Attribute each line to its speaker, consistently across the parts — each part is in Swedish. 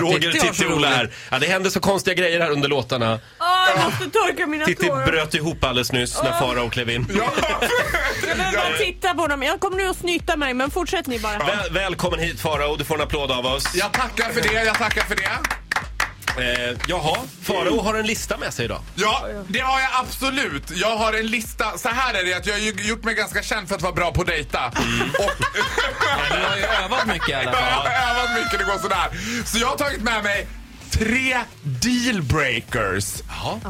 Speaker 1: Roger,
Speaker 2: Titti var så
Speaker 1: Titti, Ola
Speaker 2: rolig.
Speaker 1: här. Ja, det hände så konstiga grejer här under låtarna.
Speaker 3: Åh, jag måste torka mina
Speaker 1: Titti
Speaker 3: tårar.
Speaker 1: bröt ihop alldeles nyss när Farao klev in.
Speaker 3: Jag behöver bara titta på dem. Jag kommer nu att snyta mig, men fortsätt ni bara.
Speaker 1: Väl, välkommen hit Farao, du får en applåd av oss.
Speaker 4: Jag tackar för det, jag tackar för det.
Speaker 1: Eh, jaha, Farao har en lista med sig idag.
Speaker 4: Ja, det har jag absolut. Jag har en lista. Så här är det, att jag har ju gjort mig ganska känd för att vara bra på att dejta.
Speaker 1: Mm.
Speaker 4: Och
Speaker 2: Du har ju övat mycket i alla
Speaker 4: jag
Speaker 2: fall.
Speaker 4: har övat mycket, det går sådär. Så jag har tagit med mig tre dealbreakers.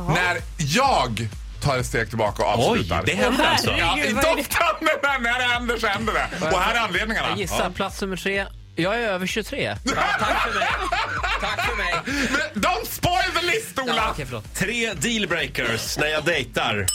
Speaker 4: När jag tar ett steg tillbaka och
Speaker 1: Oj,
Speaker 4: avslutar.
Speaker 1: det händer alltså.
Speaker 4: Ja,
Speaker 3: Herregud,
Speaker 4: inte
Speaker 3: vad är det?
Speaker 4: ofta, men när det händer så händer det. Och här är anledningarna.
Speaker 2: Jag gissar, plats nummer tre. Jag är över 23. tack för mig. Tack för mig.
Speaker 4: Men Don't spoil the list, Ola!
Speaker 2: Ja, okej, förlåt.
Speaker 1: Tre dealbreakers när jag dejtar.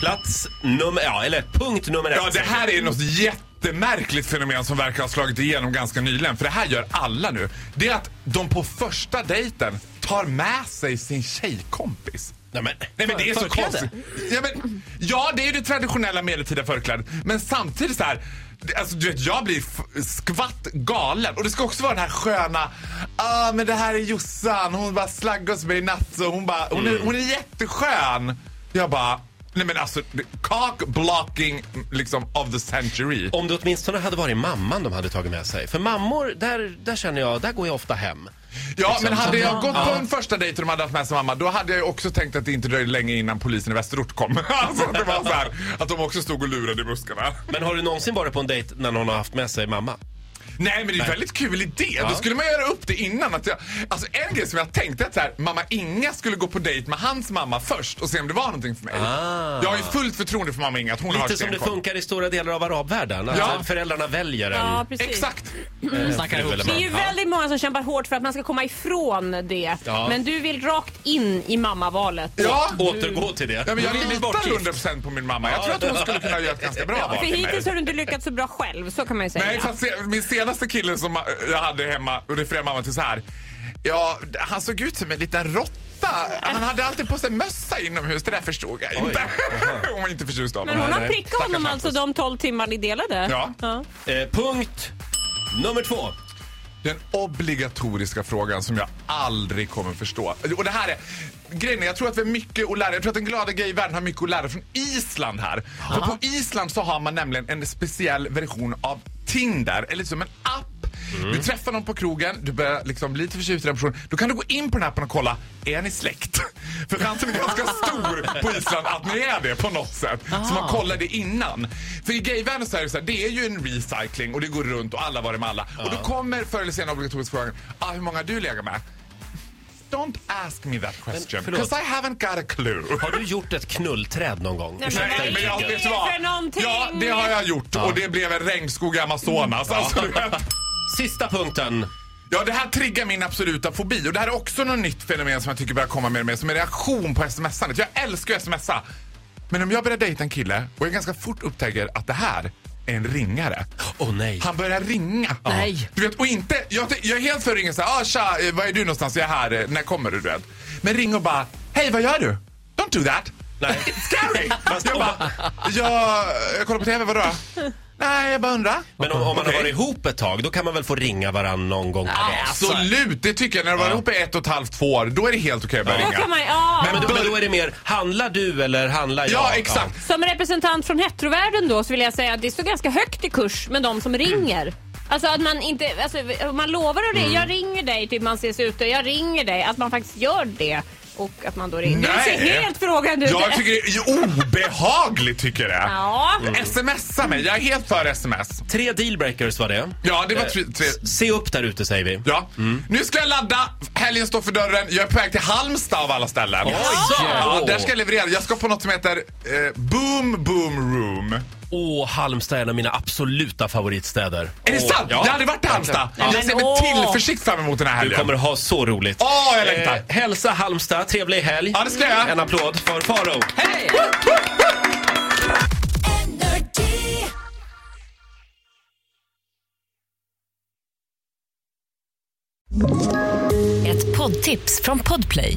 Speaker 1: Plats nummer, ja eller punkt nummer ett.
Speaker 4: Ja, det här är något jättemärkligt fenomen som verkar ha slagit igenom ganska nyligen. För det här gör alla nu. Det är att de på första dejten tar med sig sin tjejkompis.
Speaker 1: Nej, men,
Speaker 4: Nej men det är så
Speaker 2: Förkläde?
Speaker 4: konstigt. Ja, men, ja, det är ju det traditionella medeltida förklädet. Men samtidigt så här. det- Alltså, du vet, jag blir f- skvatt galen. Och det ska också vara den här sköna, ah men det här är Jossan, hon bara slaggade oss med i natt och hon bara, hon är, hon är jätteskön. Jag bara, nej men alltså, cock blocking liksom of the century.
Speaker 1: Om det åtminstone hade varit mamman de hade tagit med sig. För mammor, där, där känner jag, där går jag ofta hem.
Speaker 4: Ja, men hade jag gått på en första dejt och de hade haft med sig mamma, då hade jag ju också tänkt att det inte dröjde länge innan polisen i Västerort kom. alltså, det var så här, att de också stod och lurade i buskarna.
Speaker 1: Men har du någonsin varit på en dejt när någon har haft med sig mamma?
Speaker 4: Nej, men det är en väldigt kul idé. Då skulle man göra upp det innan. Att jag, alltså, en grej som jag tänkte är att så här, mamma Inga skulle gå på dejt med hans mamma först och se om det var någonting för mig. Jag har ju fullt förtroende för mamma Inga att hon har
Speaker 1: Ah. Lite som det
Speaker 4: stenkoll.
Speaker 1: funkar i stora delar av arabvärlden. Alltså,
Speaker 4: Ja.
Speaker 1: Föräldrarna väljer en.
Speaker 3: Ja, precis.
Speaker 4: Exakt!
Speaker 2: Snackar
Speaker 1: fru
Speaker 2: ihop
Speaker 1: eller
Speaker 3: Det är
Speaker 2: sig.
Speaker 3: ju väldigt många som kämpar hårt för att man ska komma ifrån det.
Speaker 1: Ja.
Speaker 3: Men du vill rakt in i mammavalet.
Speaker 4: Ja.
Speaker 1: Återgå till det.
Speaker 4: Ja, men jag
Speaker 2: Mm.
Speaker 4: litar
Speaker 2: Bortgift.
Speaker 4: 100% på min mamma. Jag tror att hon skulle kunna göra ett ganska bra val.
Speaker 3: För hittills har du inte lyckats så bra själv, så kan man ju säga.
Speaker 4: Nej, fast se- min senaste kille som ma- jag hade hemma refererade mamma till så här. Ja, d- han såg ut som en liten råtta. Han hade alltid på sig mössa inomhus. Det där förstod jag inte. hon var inte förtjust av
Speaker 3: Men hon
Speaker 4: honom.
Speaker 3: har prickat
Speaker 4: Stackars
Speaker 3: honom alltså
Speaker 4: Hampus.
Speaker 3: de 12 timmar ni delade?
Speaker 4: Ja.
Speaker 1: Eh, punkt nummer två.
Speaker 4: Den obligatoriska frågan som jag aldrig kommer förstå. Och det här är... Grejen är, jag tror att vi har mycket att lära. Jag tror att den glada gayvärlden har mycket att lära från Island här. För på Island så har man nämligen en speciell version av Tinder, eller som en app. Du träffar någon på krogen, du börjar liksom bli lite förtjust i den personen. Då kan du gå in på den här appen och kolla, är ni släkt? För chansen är ganska stor på Island att ni är det på något sätt. Så
Speaker 3: Ah.
Speaker 4: man kollar det innan. För i gayvärlden så är det så här, det är ju en recycling och det går runt och alla var det med alla. Och
Speaker 3: Ah.
Speaker 4: då kommer förr eller senare obligatoriskt frågan, ah, hur många har du legat med? Don't ask me that question,
Speaker 1: förlåt.
Speaker 4: because I haven't got a clue.
Speaker 1: Har du gjort ett knullträd någon gång?
Speaker 3: Nej, men-
Speaker 4: Nej, men jag, vet du
Speaker 3: För någonting.
Speaker 4: vad? Ja, det har jag gjort och det blev en regnskog i Amazonas.
Speaker 3: Mm.
Speaker 4: Alltså, du vet.
Speaker 1: Sista punkten.
Speaker 4: Ja, det här triggar min absoluta fobi. Och det här är också något nytt fenomen som jag tycker börjar komma mer och mer som en reaktion på smsandet. Jag älskar ju smsa. Men om jag börjar dejta en kille och jag ganska fort upptäcker att det här är en ringare.
Speaker 1: Åh nej.
Speaker 4: Han börjar ringa.
Speaker 2: Nej.
Speaker 4: Du vet, och inte, jag, jag är helt för att ringa såhär, ah, tja, eh, var är du någonstans? Jag är här, eh, när kommer du? du vet. Men ring och bara, hej vad gör du? Don't do that.
Speaker 1: Nej.
Speaker 4: It's scary. jag bara, jag, jag kollar på TV, vadå? Nej, jag bara undrar.
Speaker 1: Men om, om man har
Speaker 4: Okej.
Speaker 1: varit ihop ett tag, då kan man väl få ringa varann någon gång per dag?
Speaker 3: alltså.
Speaker 4: Alltså, Absolut, det tycker jag. När du var ihop i ett och ett halvt, två år, då är det helt okej att börja
Speaker 3: Då
Speaker 4: ringa.
Speaker 3: kan man, ja.
Speaker 1: Men då, men då är det mer, handlar du eller handlar jag?
Speaker 4: Ja, exakt.
Speaker 3: Som representant från heterovärlden då så vill jag säga att det står ganska högt i kurs med de som ringer. Alltså att man inte, alltså, om man lovar att ring,
Speaker 4: Mm.
Speaker 3: jag ringer dig typ man ses ute, jag ringer dig, att man faktiskt gör det. Och att man då ringer. Du ser
Speaker 4: Nej.
Speaker 3: helt frågande ut.
Speaker 4: Jag tycker Mm. det är obehagligt, tycker jag det är.
Speaker 3: Ja.
Speaker 4: Smsa mig, jag är helt för sms.
Speaker 1: Tre dealbreakers var det.
Speaker 4: Ja, det var tre... tre.
Speaker 1: Se upp där ute säger vi.
Speaker 4: Ja.
Speaker 3: Mm.
Speaker 4: Nu ska jag ladda, helgen står för dörren, jag är på väg till Halmstad av alla ställen. Ja, där ska jag leverera. Jag ska på något som heter eh, Boom Boom Room.
Speaker 1: Åh, Halmstad är en av mina absoluta favoritstäder.
Speaker 4: Är det
Speaker 1: Åh,
Speaker 4: sant?
Speaker 1: Ja.
Speaker 4: Jag har aldrig varit i Halmstad.
Speaker 3: Nej,
Speaker 4: Jag
Speaker 3: men
Speaker 4: ser med
Speaker 3: åh.
Speaker 4: tillförsikt fram emot den här
Speaker 1: Du
Speaker 4: helgen.
Speaker 1: kommer ha så roligt. Eh,
Speaker 4: Åh, jag längtar.
Speaker 1: hälsa Halmstad, trevlig helg.
Speaker 4: Ja, det ska jag.
Speaker 1: En applåd för Faro.
Speaker 2: Hej!
Speaker 5: Ett poddtips från Podplay.